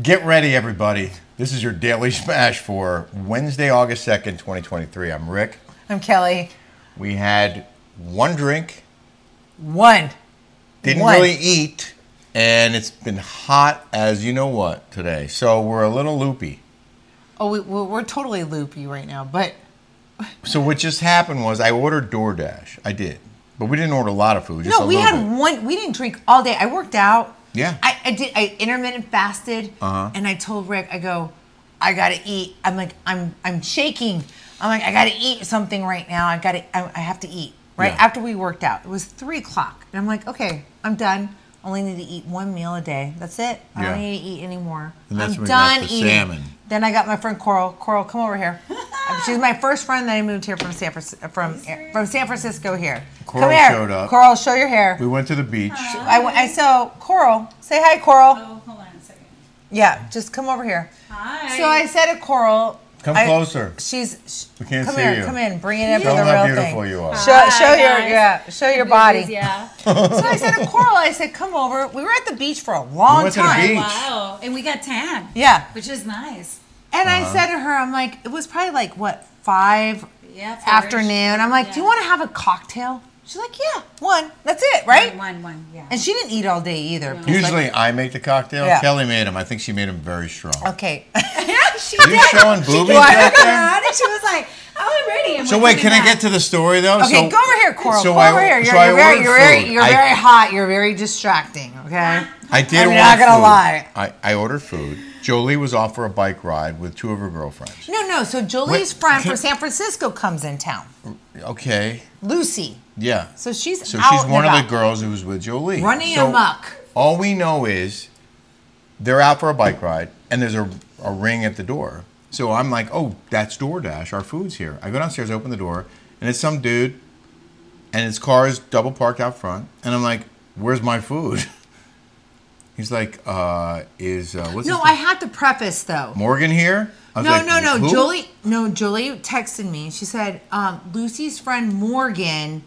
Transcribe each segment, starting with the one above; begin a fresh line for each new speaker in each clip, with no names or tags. Get ready, everybody. This is your Daily Smash for Wednesday, August 2nd, 2023. I'm Rick.
I'm Kelly.
We had one drink,
One.
didn't
One.
really eat, and it's been hot as you know what today. So we're a little loopy.
Oh, we, we're we're totally loopy right now, but
So what just happened was I ordered DoorDash. I did. But we didn't order a lot of food, just
no,
a
we
little
had
bit.
one. We didn't drink all day. I worked out.
Yeah.
I, I did. I intermittent fasted, uh-huh. and I told Rick, I go, I gotta eat. I'm like, I'm, I'm shaking. I'm like, I gotta eat something right now. I gotta, I, I have to eat. Right
Yeah.
after we worked out, it was three o'clock, and I'm like, okay, I'm done. Only need to eat one meal a day. That's it. I don't
Yeah.
need to eat anymore.
And that's
I'm
when you got
done
the
eating.
salmon.
Then I got my friend Coral. Coral, come over here. She's my first friend that I moved here from San Fran- from from San Francisco. Here,
Coral
come here.
showed up.
Coral, show your hair.
We went to the beach.
I, went- I saw Coral. Say hi, Coral.
Oh, hold on a second.
Yeah, just come over here.
Hi.
So I said to Coral.
Come
I-
closer.
She's. Sh-
We can't
come
see
here.
you.
Come in. Bring it in
Show
for the
'em how
real
beautiful
thing.
you are.
Show,
Hi,
show your
guys.
yeah. Show your
Boobies,
body.
Yeah.
So I said to Coral. I said, "Come over." We were at the beach for a long
went to the
time.
beach.
wow. And we got tan.
Yeah.
Which is nice.
And
Uh-huh.
I said to her, "I'm like, it was probably like what five
Yeah. four-ish.
afternoon." I'm like, "Do you
Yeah.
want to have a cocktail?" She's like, "Yeah, one. That's it, right?"
One, one, yeah.
And she didn't eat all day either. because, like-
Usually I make the cocktail.
Yeah.
Kelly made them. I think she made them very strong.
okay. she
Are you showing boobies out there?
And she was like, oh, I'm ready. I'm
So
like,
wait, can I get to the story though?
Okay,
so,
go over here, Coral.
so
go
I-
over here. You're,
so I
you're very,
ordered
you're very,
food.
you're
I-
very hot. You're very distracting. Okay.
I did.
I'm
order
not gonna
food.
lie.
I, I ordered food. Jolie was off for a bike ride with two of her girlfriends.
No, no. So Jolie's
Wait,
friend
can-
from San Francisco comes in town.
Okay,
Lucy.
yeah.
So she's
So
out
she's
and
one of the
about,
girls who was with Jolie.
running
so
amok.
All we know is they're out for a bike ride, and there's a, a ring at the door. So I'm like, oh, that's DoorDash. Our food's here. I go downstairs, open the door, and it's some dude, and his car is double parked out front. And I'm like, where's my food? He's like, uh, is uh, what's his
No,
name?
I had to preface though.
Morgan here? I was
No,
like,
no, no.
who?
Jolie, no, Jolie texted me. She said, um, Lucy's friend Morgan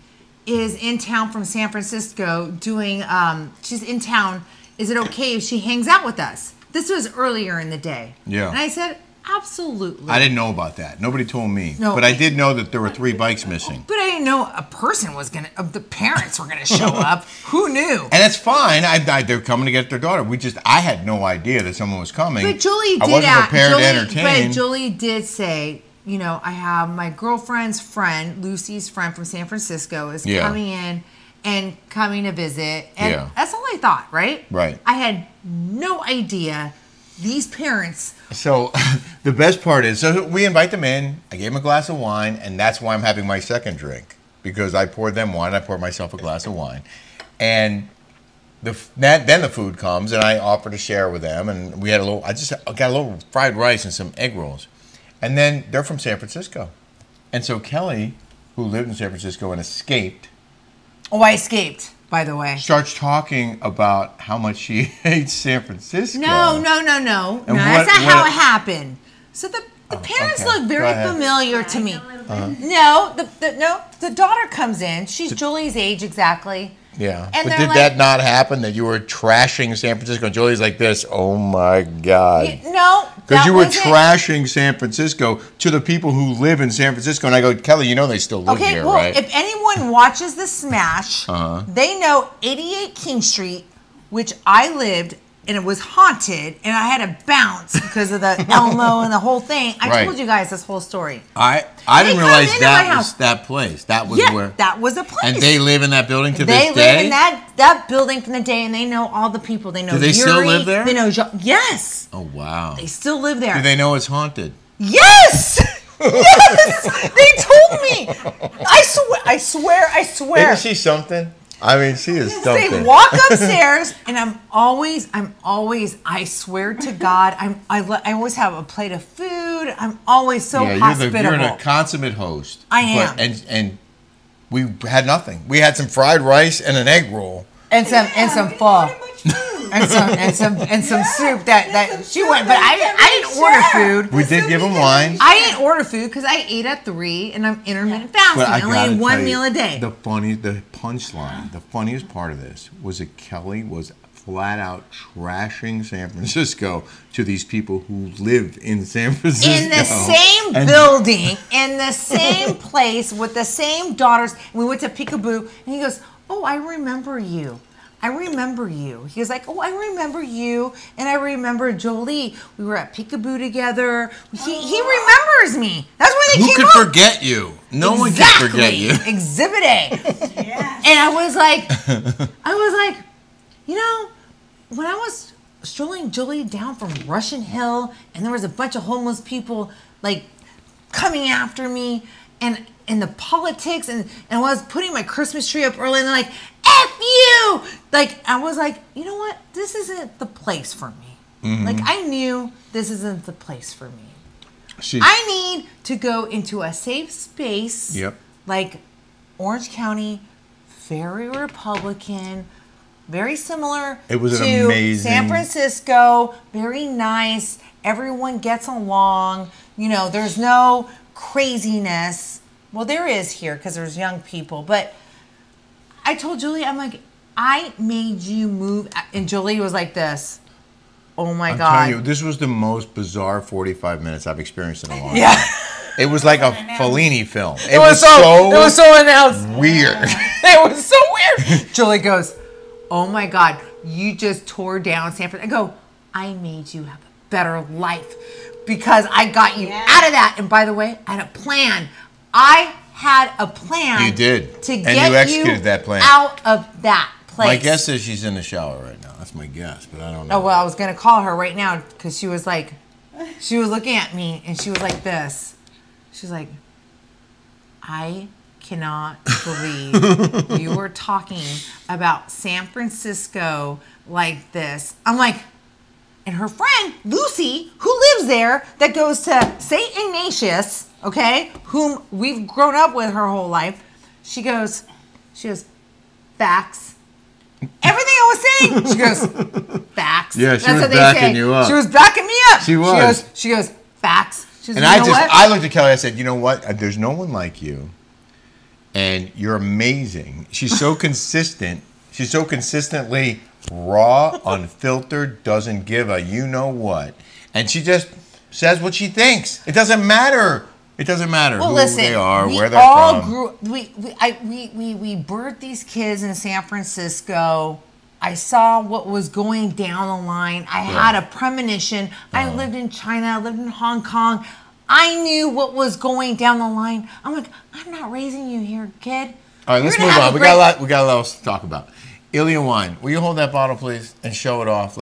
is in town from San Francisco doing, um, she's in town. Is it okay if she hangs out with us? This was earlier in the day.
Yeah.
And I said, absolutely.
I didn't know about that. Nobody told me.
No.
But I did know that there were three bikes missing.
but I didn't know a person was going to, the parents were going to show up. Who knew?
And that's fine. I, I, they're coming to get their daughter. We just, I had no idea that someone was coming.
But Julie
I
did
wasn't
ask-
prepared
Julie-
to entertain.
But Julie did say, you know, I have my girlfriend's friend, Lucy's friend from San Francisco, is
Yeah.
coming in and coming to visit. And
Yeah.
that's all I thought, right?
Right.
I had no idea these parents
So the best part is, so we invite them in. I gave them a glass of wine, and that's why I'm having my second drink because I poured them wine. I poured myself a glass of wine, and the f- that, then the food comes, and I offer to share with them. And we had a little. I just got a little fried rice and some egg rolls, and then they're from San Francisco, and so Kelly, who lived in San Francisco and escaped,
Oh, I escaped, by the way.
starts talking about how much she hates San Francisco.
No, no, no, no.
And
no
what-
that's not
what- Oh,
how it happened. So the, the parents
okay.
look
Go
very
ahead. Uh-huh.
familiar to me. No, the, the no, the daughter comes in. She's Julie's age exactly.
Yeah. but
And they're
did
like-
that not happen that you were trashing San Francisco? And Julie's like this, oh my God.
No,
Because
that
you were
wasn't-
trashing San Francisco to the people who live in San Francisco. And I go, Kelly, you know they still live
Okay,
here,
well,
right? Uh-huh.
if anyone watches the Smash, they know 88 King Street, which I lived and it was haunted, and I had to bounce because of the Elmo and the whole thing. I
Right.
told you guys this whole story.
I, I didn't
They come
realize
into
that
my
was
house.
that place. That was
yeah,
where.
that was a place.
Oh, and they live in that building to
they
this
live
day?
in that that building from the day, and they know all the people. They know.
Do they
Yuri,
still live there?
They know. Jo- yes,
oh, wow.
they still live there.
Do they know it's haunted?
Yes! Yes! they told me. I swear, I swear, I swear.
she something? I mean, she is
They walk upstairs, and I'm always, I'm always, I swear to God, I'm, I, le- I always have a plate of food. I'm always so
yeah, you're the,
hospitable.
you're the consummate host.
I am.
and, and we had nothing. We had some fried rice and an egg roll.
and some, and some
we
pho,
ordered much food.
and some, and some, and some soup that that
some
she
soup
went, but
that
I,
we
didn't-
can
I didn't order
share.
food.
We did give them wine.
I didn't order food because I ate at three, and I'm intermittent fasting.
But I
I only
gotta
ate one
tell you,
meal a day.
The funny, the punchline, the funniest part of this was that Kelly was flat out trashing San Francisco to these people who live in San Francisco.
in the same
And-
building, in the same place, with the same daughters. And we went to Peekaboo, and he goes, "Oh, I remember you. I remember you." He was like, "Oh, I remember you, and I remember Jolie. We were at Peekaboo together. He, he remembers me. That's why they
Who
came
could
up.
forget you? No one can forget you.
Exhibit A.
Yeah.
And I was like, I was like, you know, when I was strolling Julie down from Russian Hill, and there was a bunch of homeless people like coming after me, and and the politics, and and I was putting my Christmas tree up early, and they're like, "F you!" Like I was like, you know what? This isn't the place for me.
Mm-hmm.
Like I knew this isn't the place for me.
She-
I need to go into a safe space.
Yep.
Like Orange County, very Republican, very similar.
It was an
to
amazing-
San Francisco, very nice. Everyone gets along. You know, there's no craziness. Well, there is here because there's young people, but I told Julie, I'm like, I made you move, and Julie was like this. Oh my
I'm
god!
telling you, this was the most bizarre 45 minutes I've experienced in a long
yeah,
time. It was like a Fellini film. It,
it was so it was so announced.
weird.
It was so weird. Julie goes, Oh my God, you just tore down San Francisco. I go, I made you have a better life because I got you
Yeah.
out of that. And by the way, I had a plan. I had a plan.
You did.
To
And
get
you executed that plan.
out of that place.
My guess is she's in the shower right now. That's my guess, but I don't know.
Oh, well, I was going to call her right now because she was like, she was looking at me and she was like this. She's like, I cannot believe you were talking about San Francisco like this. I'm like, and her friend Lucy, who lives there, that goes to St. Ignatius, okay, whom we've grown up with her whole life, she goes, she goes, facts. Everything I was saying, she goes, facts.
Yeah, she was backing you up.
She was backing me up.
She was.
She goes, she goes facts. She goes,
and
"You
I
know
just,
what?"
I looked at Kelly. I said, "You know what? Uh, There's no one like you, and you're amazing. She's so consistent. She's so consistently raw, unfiltered, doesn't give a you know what, and she just says what she thinks. It doesn't matter. It doesn't matter
Well,
who
listen,
they are,
we
where they're
all
from.
grew. We we, I, we we we birthed these kids in San Francisco. I saw what was going down the line. I had a premonition.
Uh-huh.
I lived in China. I lived in Hong Kong. I knew what was going down the line. I'm like, I'm not raising you here, kid.
all right,
You're
let's
gonna
move
have
on.
a
We
great-
got a lot. We got a lot else to talk about. Ilya wine. Will you hold that bottle, please, and show it off?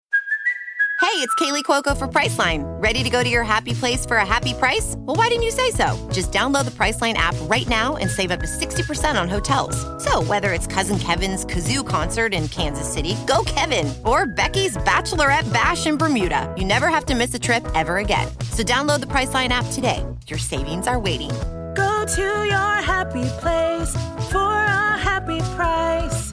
Hey, it's Kaylee Cuoco for Priceline. Ready to go to your happy place for a happy price? Well, why didn't you say so? Just download the Priceline app right now and save up to 60% on hotels. So, whether it's Cousin Kevin's Kazoo concert in Kansas City, go Kevin, or Becky's Bachelorette Bash in Bermuda, you never have to miss a trip ever again. So, download the Priceline app today. Your savings are waiting.
Go to your happy place for a happy price.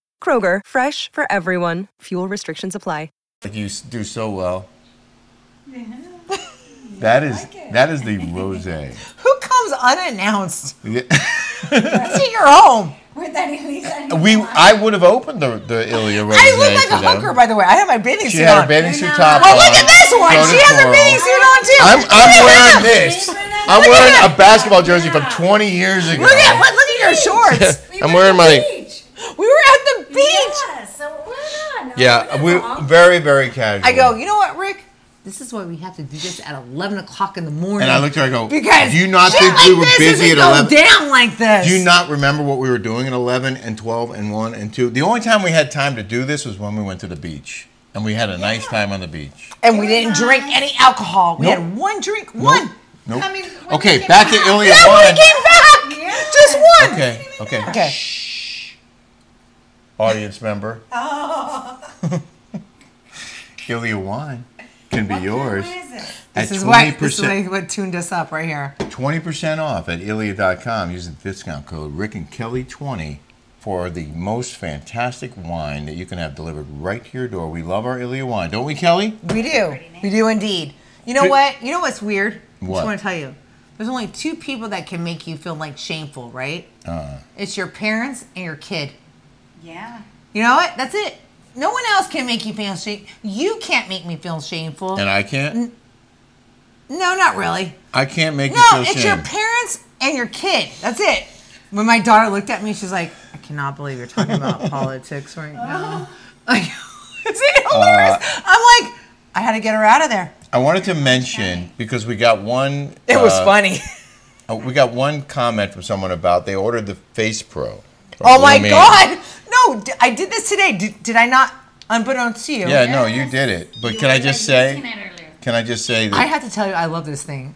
Kroger, fresh for everyone. Fuel restrictions apply.
Like you s- do so well. That is that is the rosé.
Who comes unannounced
Yeah.
to your home?
With that Elisa.
we I would have opened the the Ilya rosé.
I look like
for
a
them.
hooker, by the way. I have my bathing
She
suit
had her
on.
bathing suit
You're
top.
not.
on,
well, Oh, look at this one.
go to
She has her
Coral.
bathing suit on too.
I'm I'm wearing this. I'm
Look at
wearing
that.
a basketball jersey from 20 years ago.
Look at what? Look at your shorts.
I'm wearing my
Beach.
we were at the beach.
Yeah, so why not?
yeah. We
Why not?
very very casual.
I go, you know what, Rick? This is why we have to do this at 11 o'clock in the morning.
and I looked at her. I go.
because
do you not
shit
think
like
we were
this
busy at
doesn't go
11?
down like this.
Do you not remember what we were doing at 11 and 12 and 1 and 2? The only time we had time to do this was when we went to the beach. And we had a nice time on the beach.
And we didn't drink any alcohol. We
Nope. Oh,
had one drink, one.
Nope.
I mean, when
okay,
we came
back to
back-
Ilya
That one
Wine.
came back.
Yeah.
Just one.
Okay, okay.
Okay.
Oh.
Audience member. skilly of wine can be yours
Where is it?
at
This is, what,
twenty
this is
percent
what- what tuned us up right here.
twenty percent off at Ilia.com using the discount code Rick and Kelly twenty for the most fantastic wine that you can have delivered right to your door. We love our Ilia wine, don't we, Kelly?
We do. We do indeed. You know
Did-
what? You know what's weird? I
What?
just want to tell you. There's only two people that can make you feel like shameful, right?
Uh-huh.
Uh. It's your parents and your kid.
Yeah.
You know what? That's it. No one else can make you feel shame. You can't make me feel shameful.
And I can't.
no, not really.
I can't make
No,
you feel
it's
shame.
your parents and your kid. That's it. When my daughter looked at me, she's like, I cannot believe you're talking about politics right now. Like, is it hilarious?
Uh,
I'm like, I had to get her out of there.
I wanted to mention because we got one.
It was funny.
uh, we got one comment from someone about they ordered the Face Pro. from
Oh my
Blue Man.
God. No, d- I did this today. Did, did I not? Unbeknownst to you.
Yeah, no, you did it. But can I just say? Can I just say that
I have to tell you, I love this thing.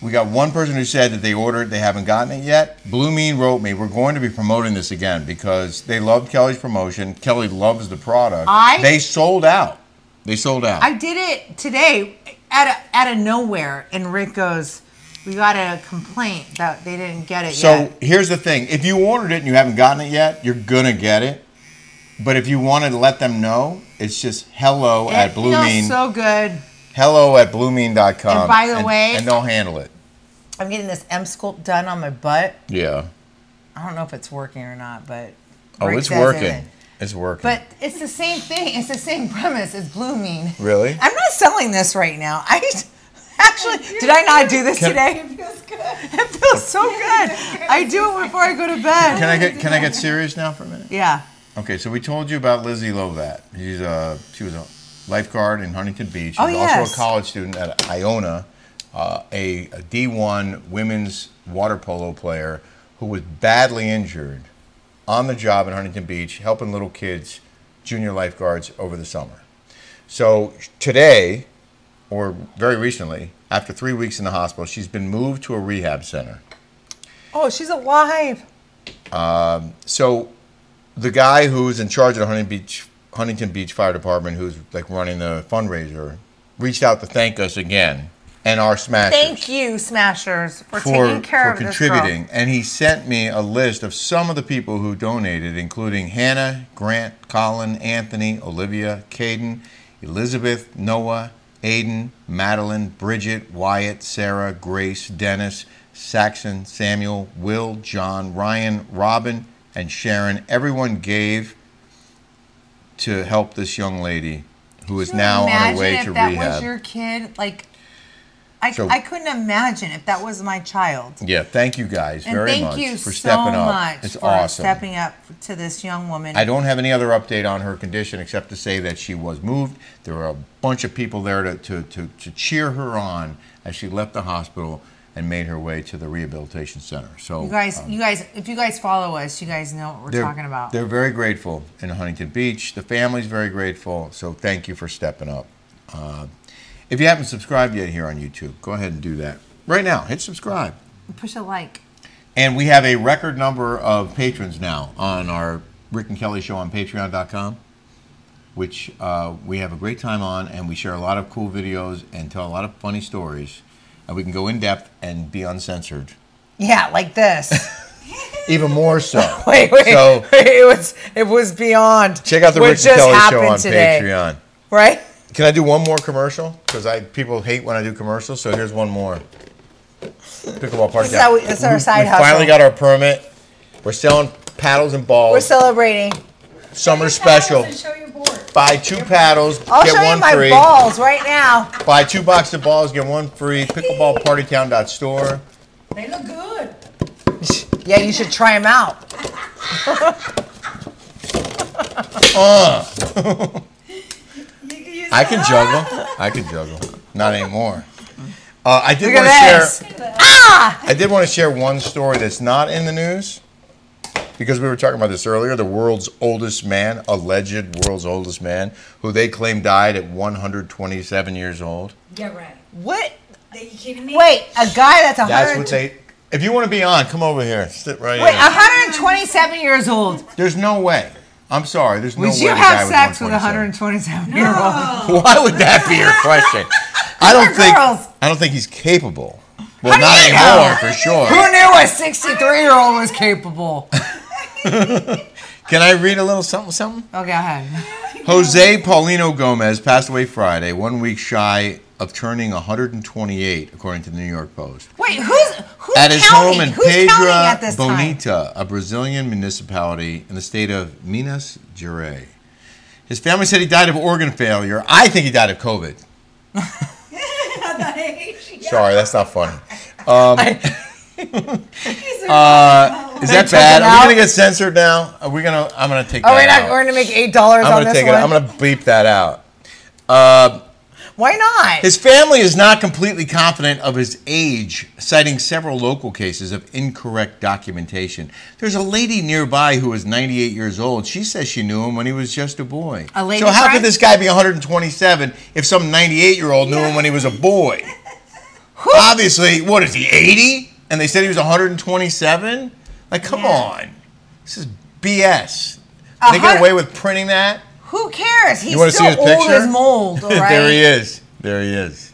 We got one person who said that they ordered, they haven't gotten it yet. Blue Mean wrote me, we're going to be promoting this again because they loved Kelly's promotion. Kelly loves the product.
I-
they sold out. They sold out.
I did it today out of, out of nowhere, and Rick goes, "We got a complaint that they didn't get it
so
yet."
here's the thing: if you ordered it and you haven't gotten it yet, you're gonna get it. But if you want to let them know, it's just hello
It
at Blue
feels
Mean.
so good.
hello at bluemean.com.
And by the way-
and they'll handle it.
I'm getting this M sculpt done on my butt.
Yeah.
I don't know if it's working or not, but
Oh,
Rick
it's
says
working.
it.
It's working.
But it's the same thing. It's the same premise. It's Blue Mean.
Really?
I'm not selling this right now. I just- actually did I not do this
Can-
today? It feels good. It feels so good. I do it before I go to bed.
can I get can I get serious now for a minute?
yeah.
Okay, so we told you about Lizzie Lovat. She's a, she was a lifeguard in Huntington Beach. She
Oh,
was also
yes.
a college student at Iona, uh, a, a D1 women's water polo player who was badly injured on the job in Huntington Beach helping little kids, junior lifeguards over the summer. So today, or very recently, after three weeks in the hospital, she's been moved to a rehab center.
Oh, she's alive.
So, the guy who's in charge of the Huntington Beach, Huntington Beach Fire Department, who's like running the fundraiser, reached out to thank us again and our smashers
Thank you, Smashers, for,
for,
taking care
for
of
contributing.
this
And he sent me a list of some of the people who donated, including Hannah, Grant, Colin, Anthony, Olivia, Caden, Elizabeth, Noah, Aiden, Madeline, Bridget, Wyatt, Sarah, Grace, Dennis, Saxon, Samuel, Will, John, Ryan, Robin, and Sharon. Everyone gave to help this young lady who is
girl.
now on her way
if
to
that
rehab.
was your kid, like, I,
So-
I couldn't imagine if that was my child.
yeah, thank you guys
And
very
thank
much
you
for
so
stepping up.
much
it's
for
awesome.
stepping up to this young woman.
I don't have any other update on her condition except to say that she was moved. There were a bunch of people there to, to, to, to cheer her on as she left the hospital and made her way to the rehabilitation center. So uh,
you guys, you guys, if you guys follow us, you guys know what we're
they're,
talking about.
they're very grateful in Huntington Beach. The family's very grateful. So thank you for stepping up. Uh, if you haven't subscribed yet here on YouTube, go ahead and do that right now. Hit subscribe.
Push a like.
And we have a record number of patrons now on our Rick and Kelly show on patreon.com, which uh, we have a great time on, and we share a lot of cool videos and tell a lot of funny stories. And we can go in depth and be uncensored.
Yeah, like this.
Even more so.
wait, wait,
So
wait, It was it was beyond.
check out the
what
Rick and
just
Kelly show
happened
on
today,
Patreon.
Right?
Can I do one more commercial? Because I people hate when I do commercials, so here's one more. Pickleball party.
This is how we- this is our side
we
hustle.
finally got our permit. We're selling paddles and balls.
We're celebrating.
Summer special.
And show your board.
Buy two paddles,
I'll
get
show
one
you my
free.
balls right now.
Buy two boxes of balls, get one free. Pickleballpartytown.store.
They look good.
Yeah, you should try them out.
You can use
I can juggle. I can juggle. Not anymore. Uh, I did
Look
want to
at
share.
this. Ah!
I did want to share one story that's not in the news because we were talking about this earlier. The world's oldest man, alleged world's oldest man, who they claim died at 127 years old.
Yeah, right.
What?
Are you kidding me?
Wait, a guy that's a
That's
hundred.
what they. If you want to be on, come over here. Sit right
Wait,
here.
127 years old.
There's no way. I'm sorry. There's no
Would
way
you
the guy
have
was
sex with a
127.
127 year old?
Why would that be your question? I don't
are
think
girls.
I don't think he's capable. Well,
do
not
you know?
anymore for sure.
Who knew a 63 year old was capable?
Can I read a little something something?
Okay, go ahead.
Jose Paulino Gomez passed away Friday, one week shy of turning 128, according to the New York Post.
Wait, who's who's
at his
counting?
home in
who's counting at
Pedra
this time?
Bonita, a Brazilian municipality in the state of Minas Gerais. His family said he died of organ failure. I think he died of COVID. Sorry, that's not funny. Um, uh, Is that bad?
it
Are we
out.
gonna get censored now? Are we gonna? I'm gonna take.
Oh,
that
we're
out.
not. We're gonna make eight dollars
I'm
on
gonna
this
take
one.
it. I'm gonna bleep that out. Uh,
Why not?
his family is not completely confident of his age, citing several local cases of incorrect documentation. There's a lady nearby who is 98 years old. She says she knew him when he was just a boy.
A lady
so how
friend?
could this guy be 127 if some 98 year old knew him when he was a boy? Obviously, what is he 80? And they said he was 127. Like, come on, this is BS. They get
hun-
away with printing that.
Who cares? He's
You want to see
still
his
old
picture?
as mold. All right.
there he is. There he is.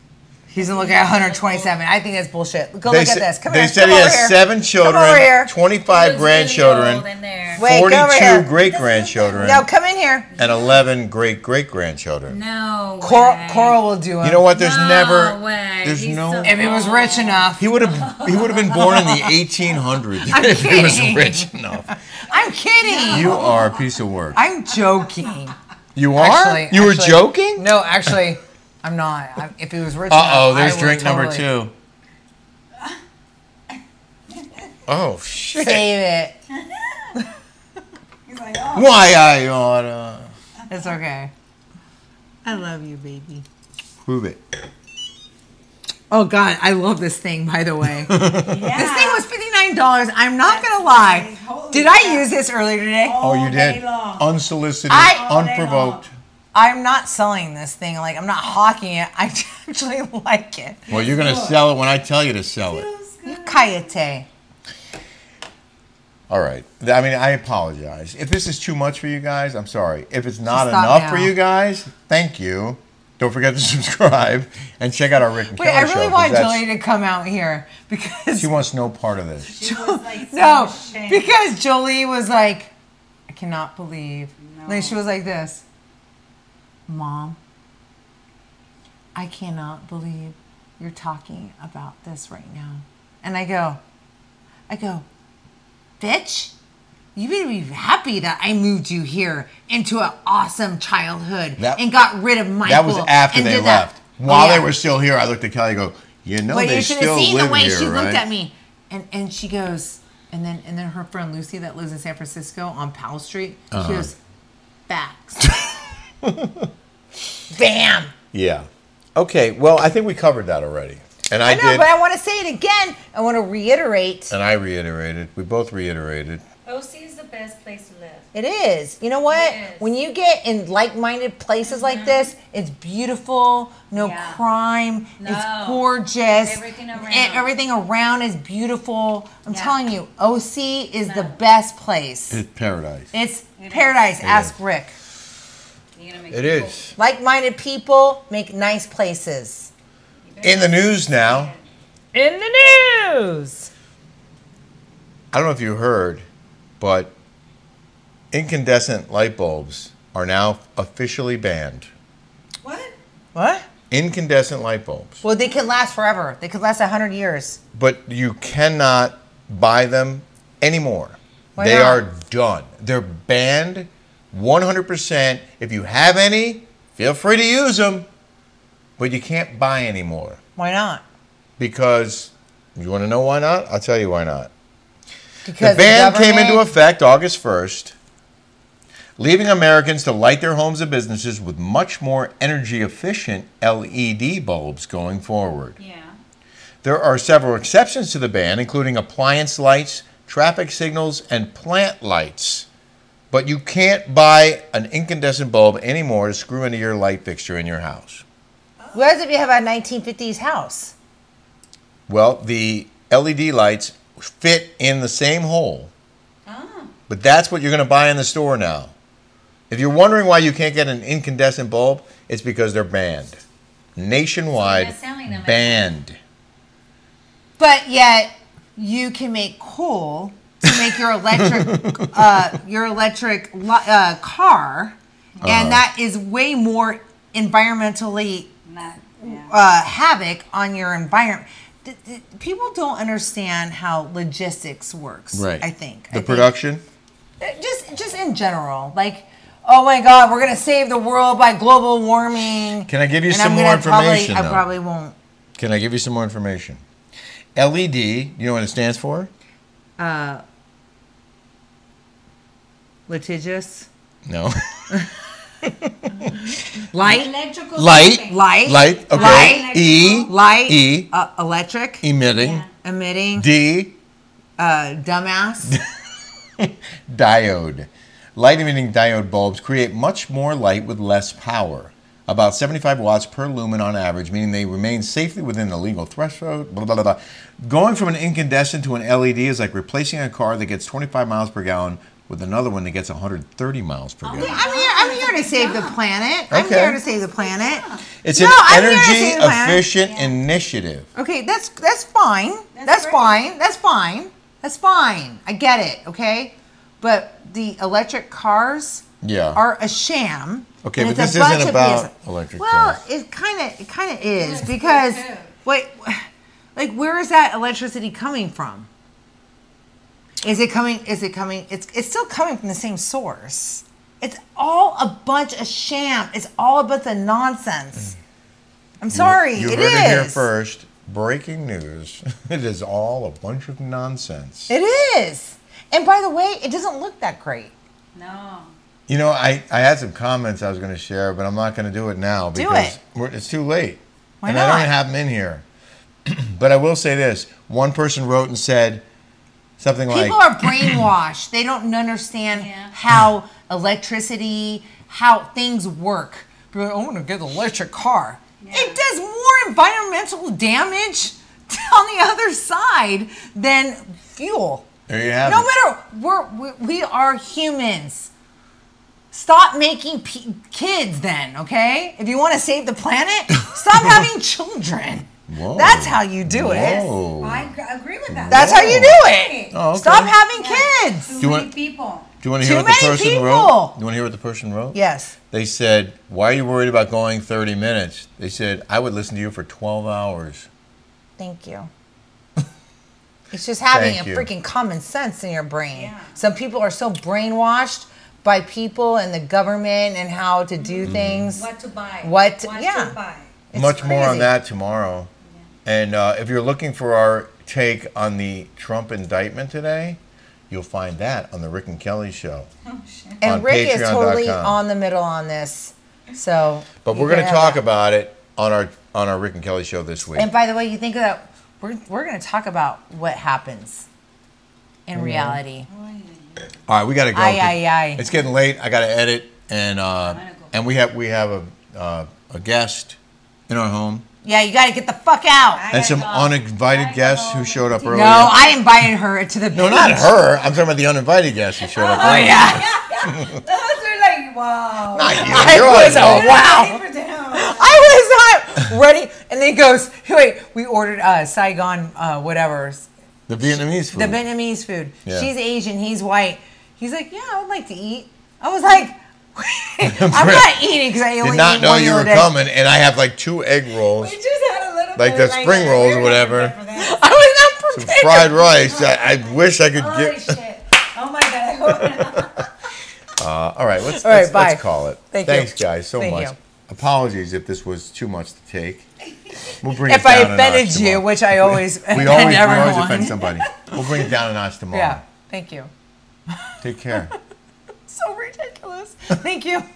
He's gonna look at 127. I think that's bullshit. Go Oh, look
sa-
at this. Come
they
here.
said
Come
he
over
has
here.
seven children,
Come over here.
25 grandchildren,
Wait, go over here.
42 great grandchildren,
No, come in here.
and 11 great great grandchildren.
No.
Coral,
way.
Coral will do it.
You know what? There's
No
never.
way.
There's
He's
no.
so-
If he was rich enough,
he would have. He would have been born in the 1800s if he was
kidding.
rich enough.
I'm kidding.
You are a piece of work.
I'm joking.
You are.
Actually,
you were
actually-
joking.
No, actually, I'm not. I, if he was rich enough,
Uh oh. There's
I would
drink number
totally
two. Oh shit.
Save it.
Why I oughta
It's okay. I love you, baby.
prove it.
Oh God, I love this thing. By the way, this thing was fifty nine dollars. I'm not gonna lie.
Holy
Did I
cow.
use this earlier today?
Oh, you
day
did.
long.
Unsolicited,
I- All
day
unprovoked.
I'm not selling this thing. Like I'm not hawking it. I actually like it.
Well, you're gonna sell it when I tell you to sell it.
Kayate.
All right. Th- I mean, I apologize if this is too much for you guys. I'm sorry. If it's not
Just stop
enough for
now.
you guys, thank you. Don't forget to subscribe and check out our Rick and
Wait,
Kelly
I
show.
really
'cause
want
that's-
Julie to come out here because
She wants no part of this.
no, because Jolie was like, I cannot believe. Like she was like this, Mom. I cannot believe you're talking about this right now. And I go, I go, bitch. You better be happy that I moved you here into an awesome childhood
That-
and got rid of Michael.
That was after
and
they
did that."
left. While
Oh,
they
yeah.
were still here, I looked at Kelly. and Go. You know
But
they
you should have
still
seen
live
the way
here,
she
right?
looked at me. And and she goes, and then and then her friend Lucy that lives in San Francisco on Powell Street,
Uh-huh.
she goes, facts. Bam.
Yeah. Okay. Well, I think we covered that already, and I,
I know,
did, Uh.
but I want to say it again. I want to reiterate.
and I reiterated. We both reiterated.
OC is the best place to live.
It is. You know what?
It is. Mm-hmm.
When you get in like-minded places like this, it's beautiful. No
Yeah.
crime.
No.
It's gorgeous.
Everything
And
around.
everything around is beautiful. I'm
Yeah.
telling you, OC is the best place.
It's paradise.
It's paradise. Ask Rick.
You're gonna make
It
people-
is.
Like-minded people make nice places.
In the news now.
In the news.
I don't know if you heard, but incandescent light bulbs are now officially banned.
What?
What?
Incandescent light bulbs.
Well, they can last forever. They could last a hundred years.
But you cannot buy them anymore.
Why
they
not?
are done. They're banned 100%. If you have any, feel free to use them, but you can't buy anymore.
Why not?
Because you want to know why not? I'll tell you why not.
Because
the ban came into
government-
effect August 1st, leaving Americans to light their homes and businesses with much more energy efficient LED bulbs going forward.
Yeah.
There are several exceptions to the ban, including appliance lights, traffic signals, and plant lights. But you can't buy an incandescent bulb anymore to screw into your light fixture in your house.
What if you have a 1950s house?
Well, the LED lights
Ah.
fit in the same hole. But that's what you're going to buy in the store now. If you're wondering why you can't get an incandescent bulb, it's because they're banned. Nationwide,
So they're not selling them
banned.
But yet, you can make coal to make your electric uh, your electric li- uh, car,
Uh-huh.
and that is way more environmentally
Not, yeah.
uh, havoc on your environment. Th- th- People don't understand how logistics works. I think I
The
think- Uh,
production?
just just in general, like. Oh my God! We're gonna save the world by global warming.
Can I give you
And
some
I'm
more
gonna probably-
information, though?
I probably won't.
Can I give you some more information? LED, you know what it stands for?
Litigious
No.
light,
Electrical
Light.
something.
light,
Light, okay.
Light.
E,
light,
E.
uh, electric,
emitting.
emitting,
D,
uh, dumbass.
diode. Light emitting diode bulbs create much more light with less power, about 75 watts per lumen on average, meaning they remain safely within the legal threshold. Blah, blah, blah, blah. Going from an incandescent to an LED is like replacing a car that gets 25 miles per gallon with another one that gets 130 miles per gallon.
I'm here. I'm here to save the planet. I'm
Okay.
here to save the planet.
It's
No,
an
I'm here to
energy
save the planet.
efficient initiative.
Okay, that's that's fine. That's,
great.
fine. That's fine. That's fine. I get it. Okay, but the electric cars
Yeah.
are a sham.
Okay,
and
but
it's
this isn't
bunch of
about
BS.
electric
Well,
cars.
it kind of it kind of is
it's
because
good too.
wait, like where is that electricity coming from? Is it coming? Is it coming? It's it's still coming from the same source. It's all a bunch of sham. It's all a bunch of nonsense. I'm sorry.
Mm. You
it
heard it here
is.
first. Breaking news. It is all a bunch of nonsense.
It is. And by the way, it doesn't look that great.
No.
You know, I, I had some comments I was going to share, but I'm not going to do it now because
it.
We're, it's too late.
Why
and I
not?
don't have them in here. but I will say this one person wrote and said something like,
People are brainwashed. they don't understand how electricity, how things work. People are like, I want to get an electric car. It does more environmental damage on the other side than fuel.
There you have
no
it.
matter we're, we we are humans. Stop making p- kids, then, okay? If you want to save the planet, stop having children.
Whoa.
That's how you do it.
Whoa.
I gr- agree with that.
That's how you do it.
Oh, okay.
Stop having kids.
Too
Do you
many
want-
people.
Do you want to
Too
hear what the
many
person
people.
wrote? You want to hear what the person wrote?
Yes.
They said, Why are you worried about going 30 minutes? They said, I would listen to you for 12 hours.
Thank you. It's just having
Thank
a
you.
freaking common sense in your brain.
Yeah.
Some people are so brainwashed by people and the government and how to do things.
What to buy?
What-
What
yeah.
to buy?
It's
Mm. Much more on
crazy.
that tomorrow. And uh, if you're looking for our take on the Trump indictment today, you'll find that on the Rick and Kelly show.
Oh,
And
on
Rick is totally
patreon.com.
on the middle on this. So
But
you
we're
can
going to
have
talk
that.
about it on our on our Rick and Kelly show this week.
And by the way, you think of that we're we're gonna talk about what happens in
Mm-hmm.
reality.
All right, we got to go.
Aye, aye, aye.
It's getting late. I got to edit, and uh, and we have we have a uh, a guest in our home,
Yeah, you gotta get the fuck out.
and some uninvited guests who showed up earlier.
No, I invited her to the
No, not her. I'm talking about the uninvited guests who showed up.
Oh
earlier.
yeah.
Those are like wow.
Not you.
I
You're
was a
uninvited.
wow.
Paper down.
I was not ready. And then he goes, wait, we ordered uh, Saigon, uh, whatever,
The Vietnamese food.
the Vietnamese food.
Yeah.
She's Asian, he's white. He's like, yeah, I would like to eat. I was like, I'm not eating because I only
Did not
eat
know
one
you
meal
were
a day.
coming, and I have like two egg rolls,
We just had a little
Like the
bit
spring rolls or
we were
whatever.
prepared for that.
I was not prepared.
fried rice. I, I wish I could
Holy
get.
shit. Oh my god. I hope not.
Uh, all right, let's,
All right,
let's, let's
bye.
call it.
Thank you.
Thanks, guys, so
Thank
much.
you.
Apologies if this was too much to take. We'll bring it
If I
down a
offended
notch
you,
tomorrow.
which I always
we
offend
always, we
everyone.
always offend somebody. We'll bring it down a notch tomorrow.
yeah, thank you.
Take care.
So ridiculous. Thank you.